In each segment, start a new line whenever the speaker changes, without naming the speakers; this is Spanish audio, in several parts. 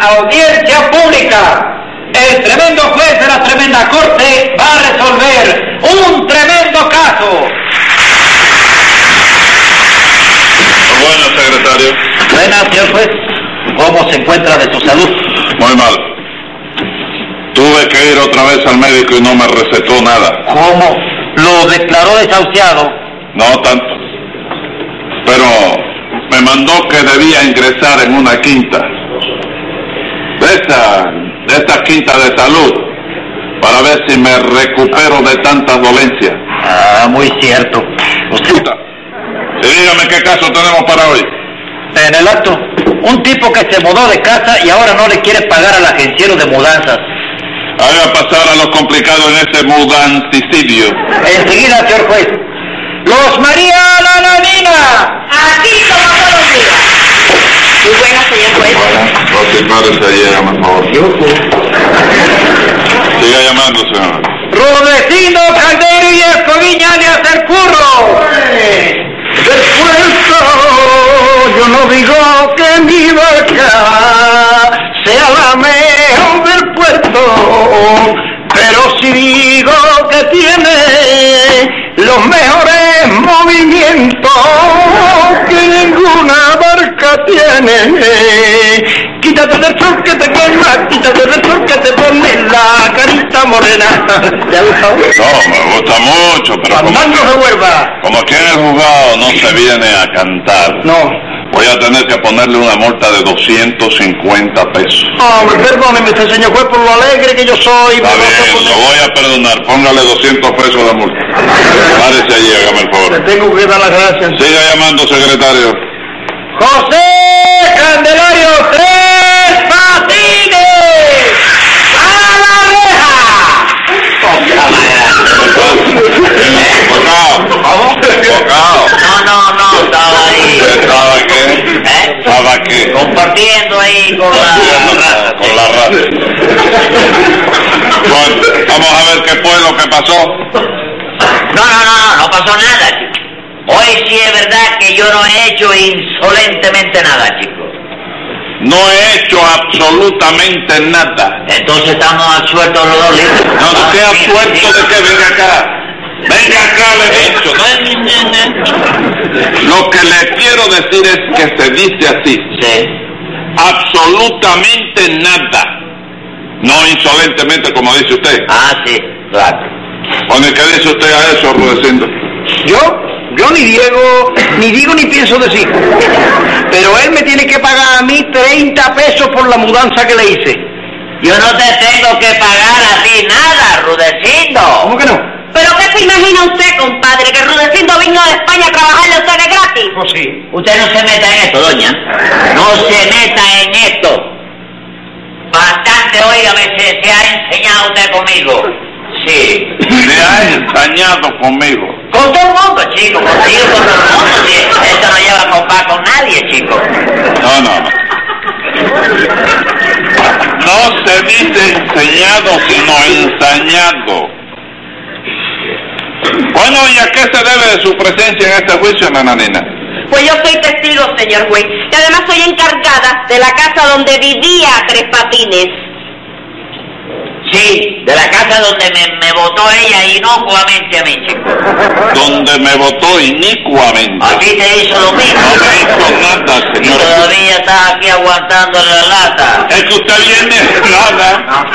audiencia pública. El tremendo juez de la tremenda corte va a resolver un tremendo caso.
Bueno, secretario.
Buenas, señor juez. ¿Cómo se encuentra de su salud?
Muy mal. Tuve que ir otra vez al médico y no me recetó nada.
¿Cómo? Lo declaró desahuciado.
No tanto. Pero me mandó que debía ingresar en una quinta. De esta, de esta quinta de salud. Para ver si me recupero de tantas dolencias.
Ah, muy cierto. Usted,
Y dígame qué caso tenemos para hoy.
en el acto, un tipo que se mudó de casa y ahora no le quiere pagar al agenciero de mudanzas.
Haga pasar a los complicados en ese mudancicidio.
Enseguida, señor juez. Los María Lananina.
Aquí como todos los días. Muy buenas, señor juez.
Siga llamando, señor.
Rudecindo Caldero y Escoviña de hacer curro. Después yo no digo que mi vaca sea la mejor del puerto, pero sí digo que tiene los mejores movimientos que ninguna barca tiene. Quítate del sol que te quema, quítate del sol que te pone la carita morena. ¿Te ha gustado?
No, me gusta mucho, pero como,
Fandango de Huelva.
como aquí en el juzgado no se viene a cantar,
No.
voy a tener que ponerle una multa de 250 pesos.
Hombre, perdóneme usted, señor juez, por lo alegre que yo soy.
Está
me vas a
bien,
poner-
lo voy a perdonar. Póngale 200 pesos de multa. Párese allí, hágame el
Le
favor.
tengo que dar las gracias.
Siga llamando, secretario.
José Candelario Tres Patines a la
Bocao. Bocao.
No, no, no, estaba ahí.
¿Estaba qué?
¿Eh?
¿Estaba qué?
Compartiendo ahí con la raza.
Con la raza. Bueno, vamos a ver qué fue lo que pasó.
No, no, no, no, no pasó nada, chico. Hoy sí es verdad que yo no he hecho insolentemente nada, chico.
No he hecho absolutamente nada.
Entonces estamos absueltos los dos, ¿listo?
No
Ah,
se ha
mira,
puesto
sí.
de que venga acá. Venga acá, le he dicho. ¿no? Lo que le quiero decir es que se dice así.
Sí.
Absolutamente nada. No insolentemente como dice usted.
Ah, sí, claro.
Bueno, ¿y qué dice usted a eso, Rudecindo?
Yo, yo ni digo, ni digo ni pienso decir. Pero él me tiene que pagar a mí 30 pesos por la mudanza que le hice.
Yo no te tengo que pagar a ti nada, Rudecindo.
¿Cómo que no?
¿Pero qué se imagina usted, compadre? Que Rudecindo vino de España a trabajarle a ustedes gratis.
Pues sí.
Usted no se meta en esto, doña. No se meta en esto. Bastante, óigame, se, se ha enseñado usted conmigo. Sí.
Me ha ensañado conmigo.
Con todo el mundo, chico. Contigo, con todo el mundo. sí. Esto no lleva compás con nadie, chico.
No, no, no. No se dice enseñado, sino ensañado. Bueno, ¿y a qué se debe de su presencia en este juicio, nananina?
Pues yo soy testigo, señor juez. Y además soy encargada de la casa donde vivía Tres Patines.
Sí, de la casa donde me, me votó ella inocuamente a mí, chico.
Donde me votó inicuamente.
A ti te hizo lo mismo.
No me hizo nada,
Y
señora.
todavía estás aquí aguantando la lata.
Es que usted viene nada.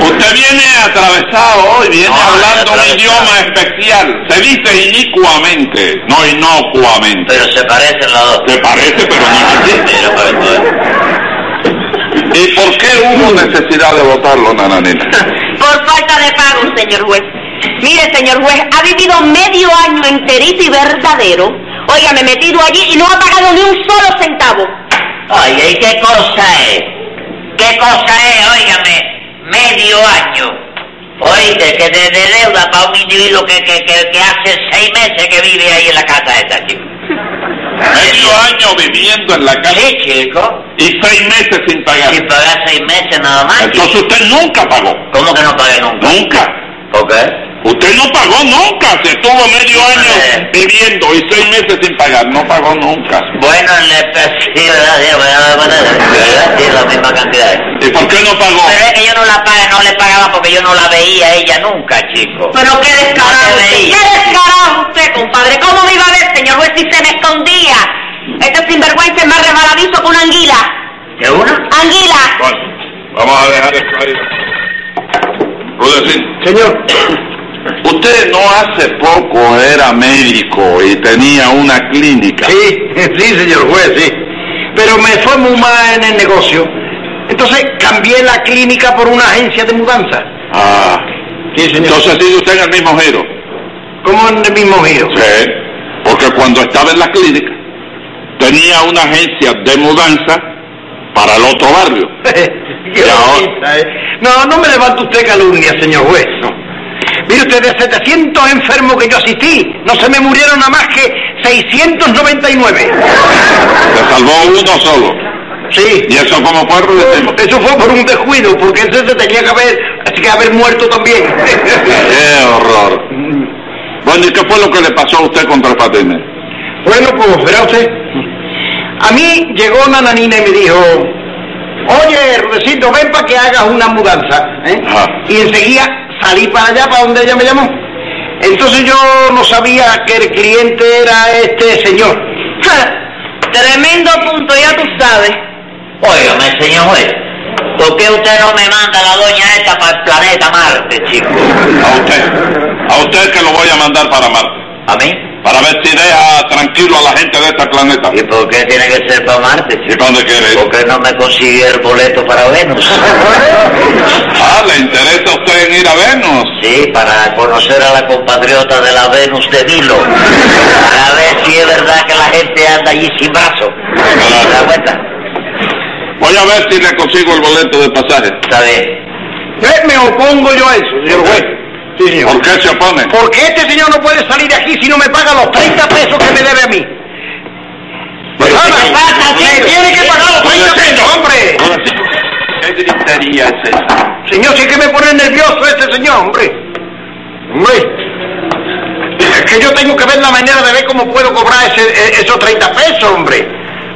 Usted viene atravesado hoy, viene
No,
hablando un
atravesado.
idioma especial. Se dice inicuamente, no inocuamente.
Pero se parecen las dos.
Se parece, pero no es así.
Pero, pero, pero. ¿eh?
¿Y por qué hubo necesidad de votarlo, nananina?
Por falta de pago, señor juez. Mire, señor juez, ha vivido medio año enterito y verdadero. Óigame, metido allí y no ha pagado ni un solo centavo.
Oye, ¿y qué cosa es? ¿Qué cosa es? Óigame, medio año. Oíste, que de, de deuda para un individuo que, que, que, que hace seis meses que vive ahí en la casa esta, chico.
Medio año viviendo en la casa
Sí, chico.
y seis meses sin pagar.
Si pagar seis meses nada más, chico.
Entonces usted nunca pagó.
¿Cómo que no pagué nunca?
Nunca.
¿Por qué?
Usted no pagó nunca, se estuvo medio año
Eh.
viviendo y seis meses sin pagar, no pagó nunca.
Bueno, le sí, ¿verdad? Sí, ¿verdad? ¿verdad? Sí, la misma cantidad.
¿Y por qué no pagó?
Pero es que yo no la paga, no le pagaba porque yo no la veía a ella nunca, chico.
Pero qué descarado
No te
usted, qué
veía.
descarado usted, compadre. ¿Cómo me iba a ver, señor juez, si se me escondía? Este sinvergüenza es más rebaladizo que una anguila.
¿De una?
¡Anguila!
Bueno, vamos a dejar esto ahí. Rudecindo,
Señor,
usted no hace poco era médico y tenía una clínica.
sí, sí, señor juez, sí. Pero me fue muy mal en el negocio. Entonces cambié la clínica por una agencia de mudanza.
Ah,
Sí, señor.
entonces sigue usted en el mismo giro.
¿Cómo en el mismo giro?
Sí, porque cuando estaba en la clínica tenía una agencia de mudanza para el otro barrio.
Qué
Ya,
bonita, ¿eh? No, no me levante usted calumnia, señor juez.
No.
Mire usted, de 700 enfermos que yo asistí, no se me murieron nada más que 699.
Se salvó uno solo.
Sí.
¿Y eso cómo fue, Rudecindo?
Eso fue por un descuido, porque ese se tenía que haber, así que haber muerto también.
¡Qué horror! Bueno, ¿y qué fue lo que le pasó a usted con Tres Patines?
Bueno, pues, verá usted. A mí llegó Nananina y me dijo, oye, Rudecindo, ven para que hagas una mudanza. ¿eh?".
Ajá.
Y enseguida salí para allá, para donde ella me llamó. Entonces yo no sabía que el cliente era este señor.
Tremendo punto, ya tú sabes.
Óigame, señor juez, ¿por qué usted no me manda a la doña esta para el planeta Marte, chico?
A usted. A usted que lo voy a mandar para Marte.
¿A mí?
Para ver si deja tranquilo a la gente de este planeta.
¿Y por qué tiene que ser para Marte,
¿Y
chico?
para dónde quiere ir?
¿Por qué no me consiguió el boleto para Venus?
¿Eh?
Ah, ¿le interesa a usted en ir a Venus?
Sí, para conocer a la compatriota de la Venus de Milo. Para ver si es verdad que la gente anda allí sin brazo. ¿Se da cuenta?
Voy a ver si le consigo el boleto de pasaje.
Está bien.
Eh, Me opongo yo a eso, señor juez. Sí, señor.
¿Por qué se opone?
Porque este señor no puede salir de aquí si no me paga los 30 pesos que me debe a mí.
Pero-
Ah, me pasa, sí, tiene que pagar los 30 pesos, hombre.
Rudecindo, ¿Qué gritería es esa?
Señor, sí que me pone nervioso este señor, hombre. Hombre. Es que yo tengo que ver la manera de ver cómo puedo cobrar ese- eh, esos 30 pesos, hombre.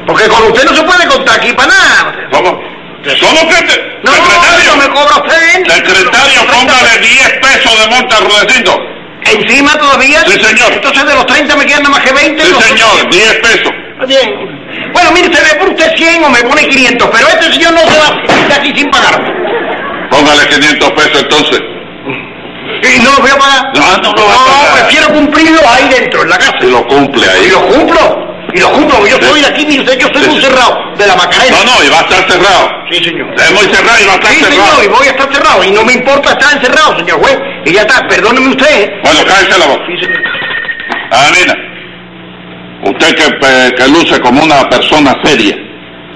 Porque con usted no se puede contar aquí para nada.
¿Cómo? ¿Cómo que te...
No, no
secretario?
me cobra usted.
Secretario, póngale 10 pesos de multa, Rudecindo.
Encima todavía.
Sí, señor.
Entonces de los 30 me quedan nada más que 20.
Sí,
Los-
señor, 10 pesos.
Bien. Bueno, mire, se ve por usted 100 o me pone 500, pero este señor no se va de aquí sin pagarme.
Póngale 500 pesos entonces.
Y no lo voy a pagar.
No, no lo va a pagar.
prefiero cumplirlo ahí dentro, en la casa.
Si lo cumple
Y
ahí.
lo cumplo, y lo cumplo, yo soy de aquí, mire usted, yo soy un cerrado de la Macarena.
No, no, y va a estar cerrado.
Sí, señor.
Es muy cerrado y va a estar
Sí,
cerrado.
señor, y voy a estar cerrado, y no me importa estar encerrado, señor juez. Y ya está, perdóneme usted. ¿eh?
Bueno, cállese la voz.
Sí, señor.
Anina, usted que, eh, que luce como una persona seria.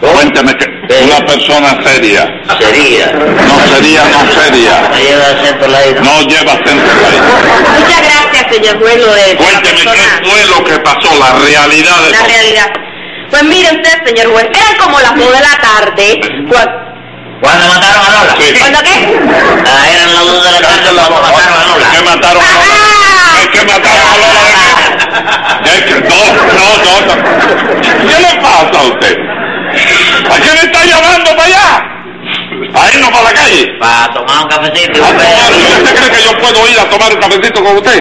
Cuénteme que
Sí.
una persona seria.
Sería.
No sería, no sería.
Me lleva el acento la ida.
No lleva acento ahí.
Muchas gracias, señor juez, lo de la
Cuénteme
persona-
qué fue lo que pasó, la realidad de
la
todo.
realidad. Pues mire usted, señor juez, eran como las 2 de la tarde. cua-
¿Cuándo mataron a Lola?
Sí.
¿Cuándo qué?
Ah, eran las dos de la tarde cuando mataron a Lola.
¿Qué mataron a Lola?
¡Ah!
Es que mataron a Lola de Es que no, no, no, no. ¿Qué le pasa a usted? ¿A qué me está llamando para allá? ¿A irnos para la calle?
Para tomar un cafecito y
¿A
un
tomar?
beso.
¿Usted cree que yo puedo ir a tomar un cafecito con usted?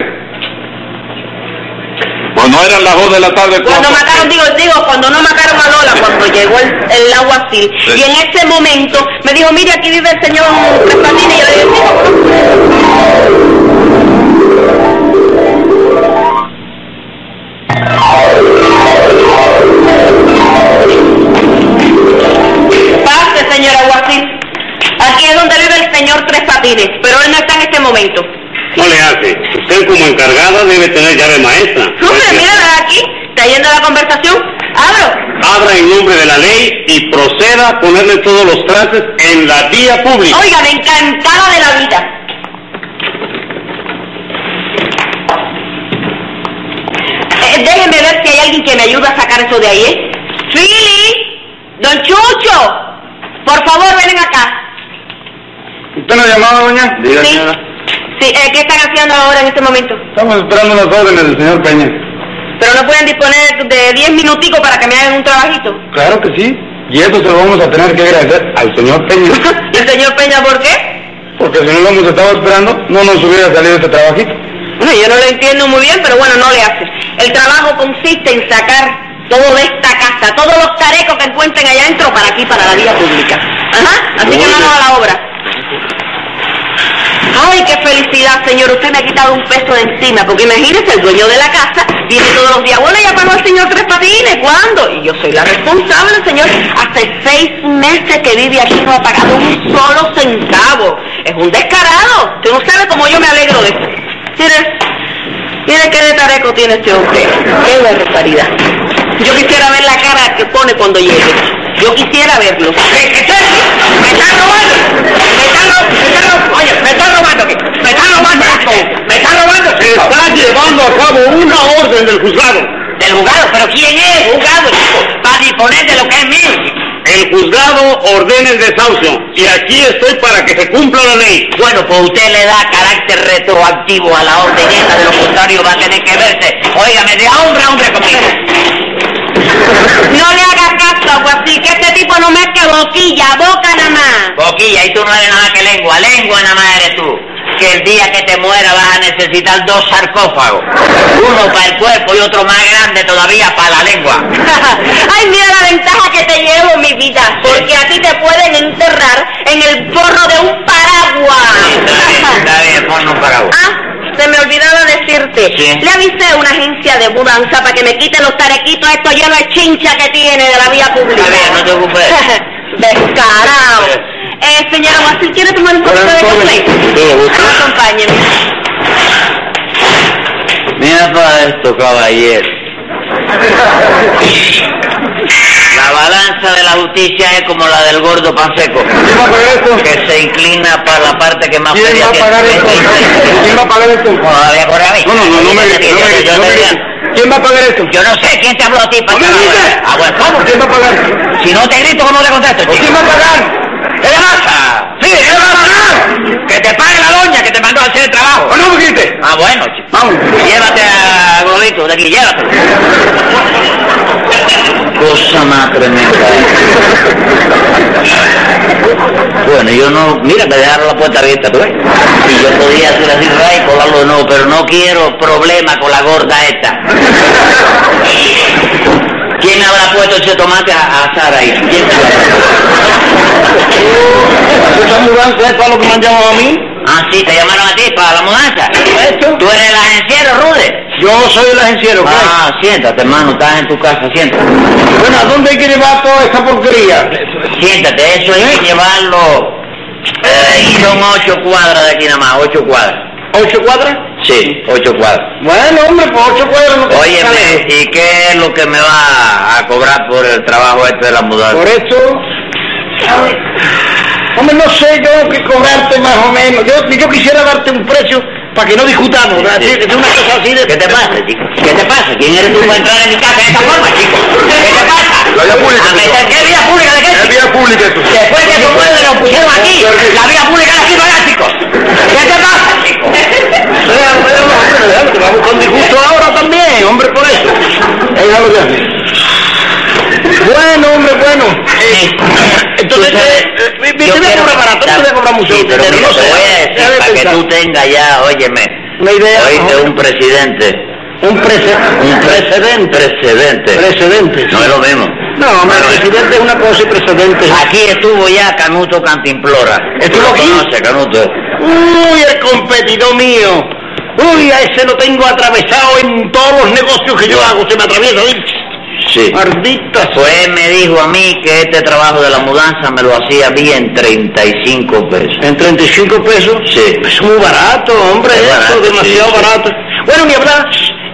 Bueno, eran las 2 de la tarde
Cuando mataron, digo, digo, cuando no mataron a Lola, cuando llegó el, el alguacil.
Sí.
Y en ese momento me dijo, mire, aquí vive el señor Tres Patines. Y yo le dije, "Sí, ¿cómo no?". Pase, señor alguacil. Aquí es donde vive el señor Tres Patines, pero él no está en este momento.
No le hace. Usted como encargada debe tener llave maestra.
Súper, mírala aquí, trayendo la conversación. Abro.
Abra en nombre de la ley y proceda a ponerle todos los trastes en la vía pública.
Oiga, me encantaba de la vida. Eh, déjenme ver si hay alguien que me ayude a sacar eso de ahí, ¿eh? ¡Fili! ¡Don Chucho! Por favor, vengan acá.
¿Usted no llamaba, doña?
Sí.
señora.
Sí, Sí, eh, ¿Qué están haciendo ahora en este momento?
Estamos esperando las órdenes del señor Peña.
Pero no pueden disponer de 10 minuticos para que me hagan un trabajito.
Claro que sí. Y eso se lo vamos a tener que agradecer al señor Peña.
¿Y el señor Peña por qué?
Porque si no lo hemos estado esperando, no nos hubiera salido este trabajito.
Bueno, yo no lo entiendo muy bien, pero bueno, no le hace. El trabajo consiste en sacar todo de esta casa, todos los tarecos que encuentren allá adentro para aquí, para la vía pública. Ajá, así que
Muy
vamos
bien.
a la obra. Ay, qué felicidad, señor. Usted me ha quitado un peso de encima, porque imagínese, el dueño de la casa viene todos los días. Bueno, ya pagó el señor Tres Patines, ¿cuándo? Y yo soy la responsable, señor. Hace seis meses que vive aquí no ha pagado un solo centavo. Es un descarado. Usted no sabe cómo yo me alegro de esto. Mire, mire qué de tareco tiene este hombre. Qué barbaridad. Yo quisiera ver la cara que pone cuando llegue. Yo quisiera verlo.
¡Me están robando! ¡Me están robando! ¡Me están robando! ¡Oye, me están robando! aquí, ¡Me están robando! ¡Me están robando!
Está llevando a cabo una orden del juzgado.
¡Del juzgado! ¿Pero quién es juzgado, chico? Para disponer de lo que es mío.
El juzgado ordena el desahucio. Y aquí estoy para que se cumpla la ley.
Bueno, pues usted le da carácter retroactivo a la orden esa, de lo contrario va a tener que verse. Óigame, de hombre a hombre conmigo.
No le hagas caso, así que este tipo no me que boquilla, boca nada más.
Boquilla, y tú no eres nada que lengua, lengua nada más eres tú. Que el día que te muera vas a necesitar dos sarcófagos. Uno para el cuerpo y otro más grande todavía para la lengua.
Ay, mira la ventaja que te llevo, mi vida, porque a ti te pueden enterrar en el borro de un
Está bien,
paraguas.
está bien, ponle un paraguas.
Ah, se me olvidaba decirte.
Sí.
Le avisé a una agencia de mudanza para que me quite los tarequitos estos llenos de chincha que tiene de la vía pública.
Está bien, no te ocupes.
Descarado.
Sí.
Eh, señora Guasil, ¿quiere tomar un poquito de café? Acompáñeme.
Mira para esto, caballero. La balanza de la justicia es como la del gordo panseco,
¿Quién va a pagar esto?
que se inclina para la parte que más
¿Quién
feria
va a
tiene.
pagar esto? ¿Quién va a pagar esto?
Bueno, la voy a cobrar a mí.
No, no, no, no me grites, no me grites,
Yo
no me
te
grites.
digo,
¿Quién va a pagar esto?
Yo no sé quién te habló a ti para
¡No me
que la
grites!
hagas. Ah, bueno, ¿cómo?
¿Quién va a pagar?
Si no te grito, ¿cómo te contesto, chico?
¿Quién va a pagar?
¿Qué le pasa? ¡Sí, qué le va a pagar! ¡Que te pague la doña que te mandó a hacer el trabajo!
¿O no me grites?
Ah, bueno, chico.
Vamos.
Llévate a Globito de aquí, llévatelo. Cosa más tremenda. ¿eh? Bueno, yo no... Mira, me dejaron la puerta abierta, ¿tú ves? Y yo podía hacer así, Ray, colarlo de nuevo, pero no quiero problema con la gorda esta. ¿Quién habrá puesto ese tomate a, a Sara ahí? ¿Quién te lo habrá puesto?
¿Esa mudanza es para lo que me han llamado a mí?
Ah, sí, te llamaron a ti para la mudanza.
Correcto.
¿Tú eres el agenciero, Rude?
Yo soy el agenciero, ¿ok?
Ah, siéntate, hermano, estás en tu casa, siéntate.
Bueno, ¿a dónde hay que llevar toda esta porquería?
Siéntate, eso hay que llevarlo. Eh, y son ocho cuadras de aquí nada más, ocho cuadras.
¿Ocho cuadras?
Sí, ocho cuadras.
Bueno, hombre, pues ocho cuadras no te
Óyeme,
sale.
¿y qué es lo que me va a cobrar por el trabajo este de la
Por
mudanza?
eso... Hombre, no sé yo qué cobrarte más o menos. Yo, yo quisiera darte un precio para que no discutamos. ¿verdad?
Sí.
Es una cosa así de...
¿Qué te pasa, chico? ¿Qué te pasa? ¿Quién eres tú para entrar en mi casa de esta forma, chico? ¿Qué te pasa?
La vía pública,
¿A meter- ¿Qué vía pública de qué? chico?
pública eso.
Después que tu muebles nos pusieron aquí, la vía pública era aquí para allá, chicos. ¿Qué te pasa, chico?
Te vamos con disgusto ahora también, hombre, por eso. Déjalo ya. Bueno, hombre, bueno.
Sí.
Entonces,
Tú sabes,
eh, eh,
yo
te voy a
quiero-
cobrar barato,
Ya.
te voy a cobrar mucho.
Sí, pero
Pero
mira,
no
te
sé, eh,
voy a
ya
decir,
de
para que
pensar.
tú tengas ya, óyeme,
Una idea.
oíste
¿no?
un presidente,
Un, precedente.
un precedente, precedente,
Precedente.
no es lo mismo.
No, hombre,
Bueno,
presidente es una cosa y precedente.
Aquí estuvo ya Canuto Cantimplora.
¿Estuvo
Tú lo
aquí?
conoces, Canuto.
Uy, el competidor mío. Uy, a ese lo tengo atravesado en todos los negocios que yo hago. Se me atraviesa.
Sí.
Mardita.
Pues él me dijo a mí que este trabajo de la mudanza me lo hacía bien 35 pesos.
En 35 pesos.
Sí.
Es muy barato, hombre,
Es
eso,
barato,
demasiado
sí, sí.
barato. Bueno, ni hablar,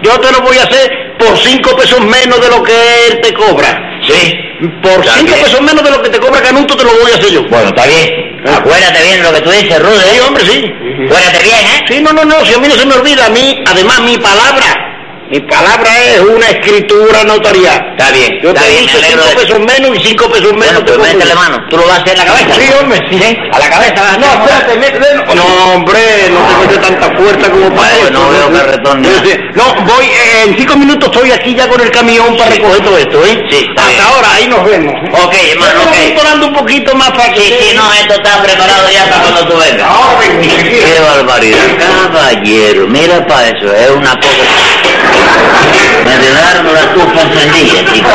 yo te lo voy a hacer por 5 pesos menos de lo que él te cobra.
Sí.
Por
Está
5
bien.
pesos menos de lo que te cobra Canuto te lo voy a hacer yo. Ah.
Bueno, está bien. Acuérdate bien lo que tú dices, Rude.
Sí, hombre, sí.
Acuérdate bien, ¿eh?
Sí, no, no, no, si a mí no se me olvida, a mí, además mi palabra
Mi palabra es una escritura notarial.
Está bien,
Yo
está
te
bien,
dije
me alegro
cinco
de-
pesos menos y cinco pesos menos
Bueno, pues
te cobro.
métele mano. ¿Tú lo vas a hacer en la cabeza?
Sí, hombre, sí.
A la cabeza.
No, espérate, métele. No, ¿Eh? no, hombre, no tengo yo tanta fuerza como para
No,
eso.
no veo que retorne.
Yo sé- No, voy, eh, en cinco minutos estoy aquí ya con el camión para
Sí.
recoger todo esto, ¿eh?
Sí, está
Hasta
bien.
ahora, ahí nos vemos.
Ok, hermano,
Estoy
ok.
controlando un poquito más para que...
Sí, sí, no, esto está preparado ya para cuando tú vengas.
Ahora mismo, si quieres.
Qué barbaridad, caballero. Mira para eso, es una cosa. Me dejaron la culpa encendida, chico.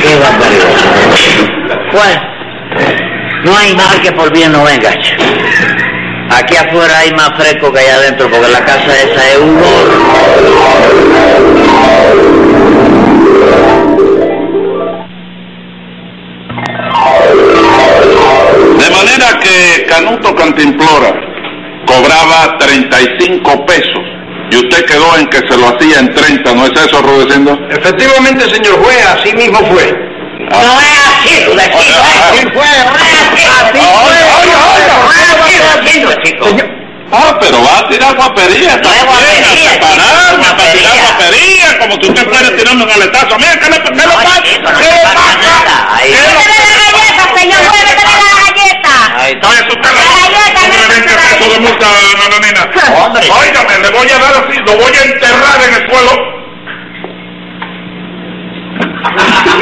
Qué barbaridad. Bueno, no hay mal que por bien no venga. chico. Aquí afuera hay más fresco que allá adentro, porque la casa esa es un horno.
De manera que Canuto Cantimplora cobraba 35 pesos y usted quedó en que se lo hacía en 30, ¿no es eso, Rudecindo?
Efectivamente, señor juez, así mismo fue.
No es así, tú decís,
Así
no es así.
Así
No es así, no es así, chico.
Señor,
Ah, pero va a tirar guapería, está
es
bien,
guapería,
a
chico,
separarme, para tirar
guapería.
guapería, como si usted fuera tirando un aletazo. Mira, ¿qué le, qué le
Oye,
pasa? ¿Qué le
chico, no te pasa nada.
pasa?
Ahí.
¿Qué le
¡Métele la galleta, señor! ¡Métele la galleta!
Ay,
Oye, tú te
Galleta,
la...
galleta,
Hombre, 20 pesos de multa, nananina.
Hombre.
Óigame, le voy a dar así, lo voy a enterrar en el suelo.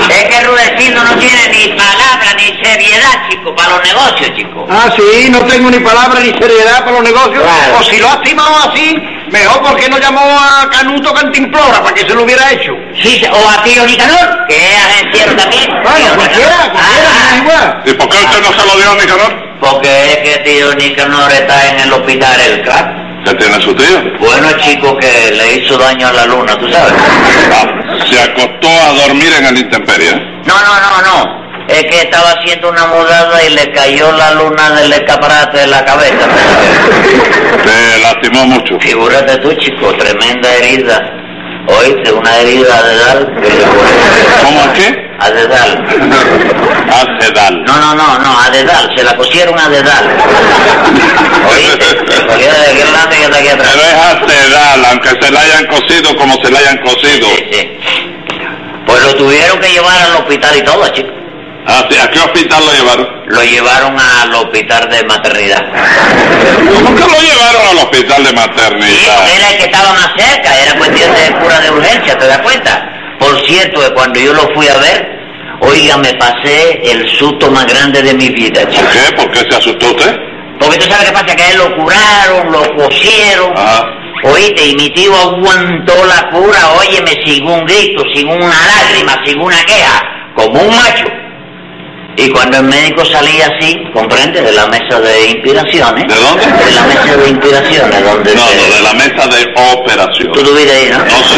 Es que Rudecindo no tiene ni palabra ni seriedad, chico, para los negocios, chico.
Ah, sí, no tengo ni palabra ni seriedad para los negocios.
Claro.
O si lo ha estimado así, mejor porque no llamó a Canuto Cantimplora para que se lo hubiera hecho.
Sí, se- o a tío Nicanor, que es agenciero también.
Bueno,
Tío
cualquiera,
Nicanor.
cualquiera,
Ah,
no es igual.
¿Y por qué usted no se lo dio a Nicanor?
Porque es que tío Nicanor está en el hospital El Crack.
¿Qué tiene su tío?
Bueno, chico, que le hizo daño a la luna, ¿tú sabes?
Ah, Se acostó a dormir en el intemperie.
No, no, no, no. Es que estaba haciendo una mudada y le cayó la luna del escaparate de la cabeza.
Se lastimó mucho.
Figúrate tú, chico, tremenda herida. Oíste, una herida de dal. que le fue.
¿Cómo qué?
A dedal.
Hace dal.
No, no, no, no, a dedal. Se la cosieron a dedal. Oíste, me salió de aquí adelante y hasta aquí atrás.
Pero es acedal, aunque se la hayan cosido como se la hayan cosido.
Sí, sí. Pues lo tuvieron que llevar al hospital y todo, chico.
Ah, sí, ¿A qué hospital lo llevaron?
Lo llevaron al hospital de maternidad.
¿Por qué lo llevaron al hospital de
Sí, porque
maternidad?
era el que estaba más cerca, era cuestión de cura de urgencia, ¿te das cuenta? Por cierto, que cuando yo lo fui a ver, oiga, me pasé el susto más grande de mi vida, chico.
¿Por qué? ¿Por qué se asustó usted?
Porque tú sabes qué pasa, que a él lo curaron, lo cosieron,
Ajá.
oíste, y mi tío aguantó la cura, óyeme, sin un grito, sin una lágrima, sin una queja, como un macho. Y cuando el médico salía así, comprende, de la mesa de inspiraciones.
¿De dónde?
De la mesa de inspiraciones, donde...
No,
se-
no, de la mesa de operación.
Tú tuviste ahí, ¿no?
No, sí.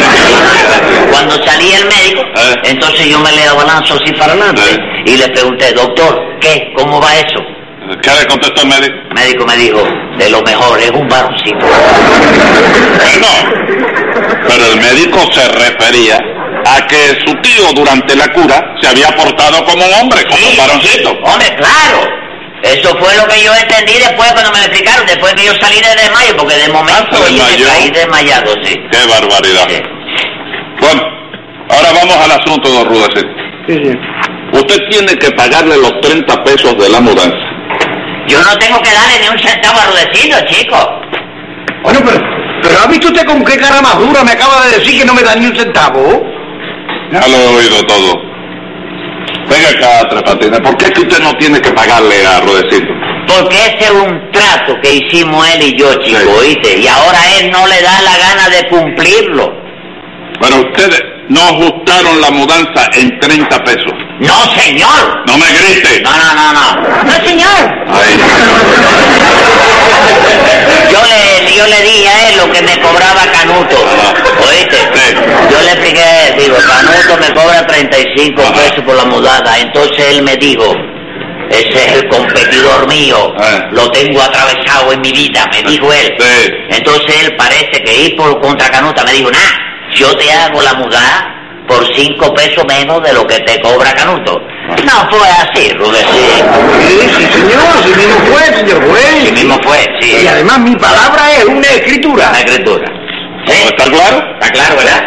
Cuando salía el médico,
Eh.
entonces yo me le abalanzo así para adelante
Eh.
y le pregunté, doctor, ¿qué? ¿Cómo va eso?
¿Qué le contestó el médico?
El médico me dijo, de lo mejor, es un varoncito.
No, pero el médico se refería a que su tío durante la cura se había portado como un hombre, como un varoncito. Ah,
Hombre, claro. Eso fue lo que yo entendí después cuando me lo explicaron, después que yo salí de desmayo, porque de momento
Ah, se
yo me
desmayó.
caí desmayado, sí.
¡Qué barbaridad!
Sí.
Bueno, ahora vamos al asunto, don Rudecindo. Usted tiene que pagarle los 30 pesos de la mudanza.
Yo no tengo que darle ni un centavo a Rudecindo, chico.
Bueno, pero, pero ¿ha visto usted con qué cara más dura me acaba de decir que no me da ni un centavo?
Ya lo he oído todo. Venga acá, Tres Patines, ¿por qué es que usted no tiene que pagarle a Rudecindo?
Porque ese es un trato que hicimos él y yo, chico,
Sí.
¿oíste? Y ahora él no le da la gana de cumplirlo.
Bueno, ustedes no ajustaron la mudanza en 30 pesos.
¡No, señor!
¡No me grite!
No, no, no, no.
¡No, señor!
Ahí.
Yo le, yo le dije a él lo que me cobraba Canuto,
Ajá.
¿oíste?
Sí.
Yo le expliqué a él, digo, Canuto me cobra 35
Ajá.
pesos por la mudada. Entonces él me dijo, ese es el competidor mío,
Ah.
lo tengo atravesado en mi vida, me dijo él.
Sí.
Entonces él parece que ir por contra Canuta me dijo, nah, yo te hago la mudada por cinco pesos menos de lo que te cobra Canuto.
Ah.
No fue así, Rudecindo.
Sí, sí, señor, así mismo fue, señor juez.
Así mismo fue, sí.
Y además mi palabra es una escritura.
Una escritura. Sí.
¿Está claro?
Está claro, ¿verdad?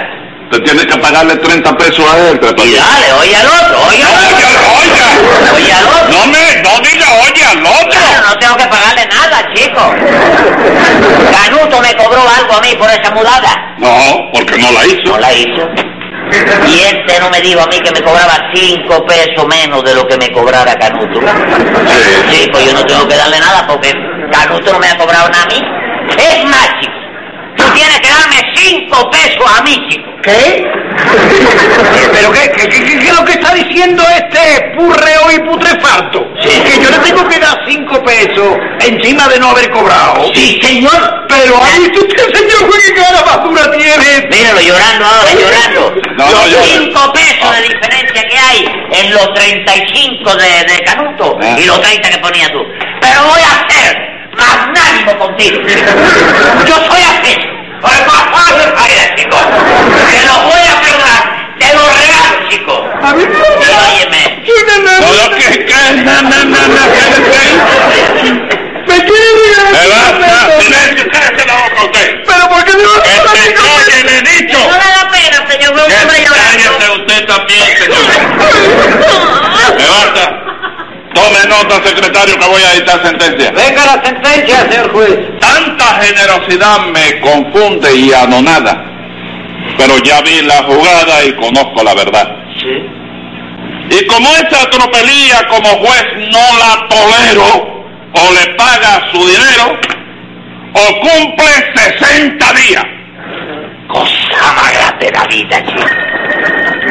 Te tienes que pagarle 30 pesos a él, Tres
Y
Patines.
dale, oye al otro, oye al otro.
Oiga,
Oye al otro.
No me, no diga oye al
Claro,
otro.
no tengo que pagarle nada, chico. Canuto me cobró algo a mí por esa mudada.
No, porque no la hizo.
No la hizo. Y este no me dijo a mí que me cobraba cinco pesos menos de lo que me cobrara Canuto.
Sí.
Sí, pues yo no tengo que darle nada porque Canuto no me ha cobrado nada a mí. Es más, chico, tú tienes que darme cinco pesos a mí, chico.
¿Qué? ¿Pero qué, qué, qué- qué- qué es lo que está diciendo este purreo y putrefacto?
Sí.
Que yo le tengo que dar cinco pesos encima de no haber cobrado.
Sí, señor.
Pero ha visto usted, señor, juez, que cara más dura tiene.
Míralo llorando ahora, llorando.
No, no,
los
yo-
5 pesos de diferencia que hay en los 35 de, de Canuto
Ah.
y los 30 que ponías tú. Pero voy a ser magnánimo contigo. Yo soy así. Por el papá de Farideh, chico. Te lo voy a perdonar. Te lo regalo, chico.
A mí no.
Y óyeme.
No, no, que, que, na, na, na, na, que, que.
Me quiere
Me
regalar
basta,
cinco pesos.
silencio, cállese la boca usted.
Pero ¿por qué me va a
Que
regalar
se
cinco pesos?
calle, le he dicho.
No le da pena, señor, veo un hombre
Que
llorando.
cállese usted también, señor. Me basta. Tome nota, secretario, que voy a dictar sentencia.
Venga la sentencia, señor juez.
Tanta generosidad me confunde y anonada. Pero ya vi la jugada y conozco la verdad. Y como esa tropelía como juez no la tolero, o le paga su dinero, o cumple 60 días.
Cosa más grande de la vida, chico.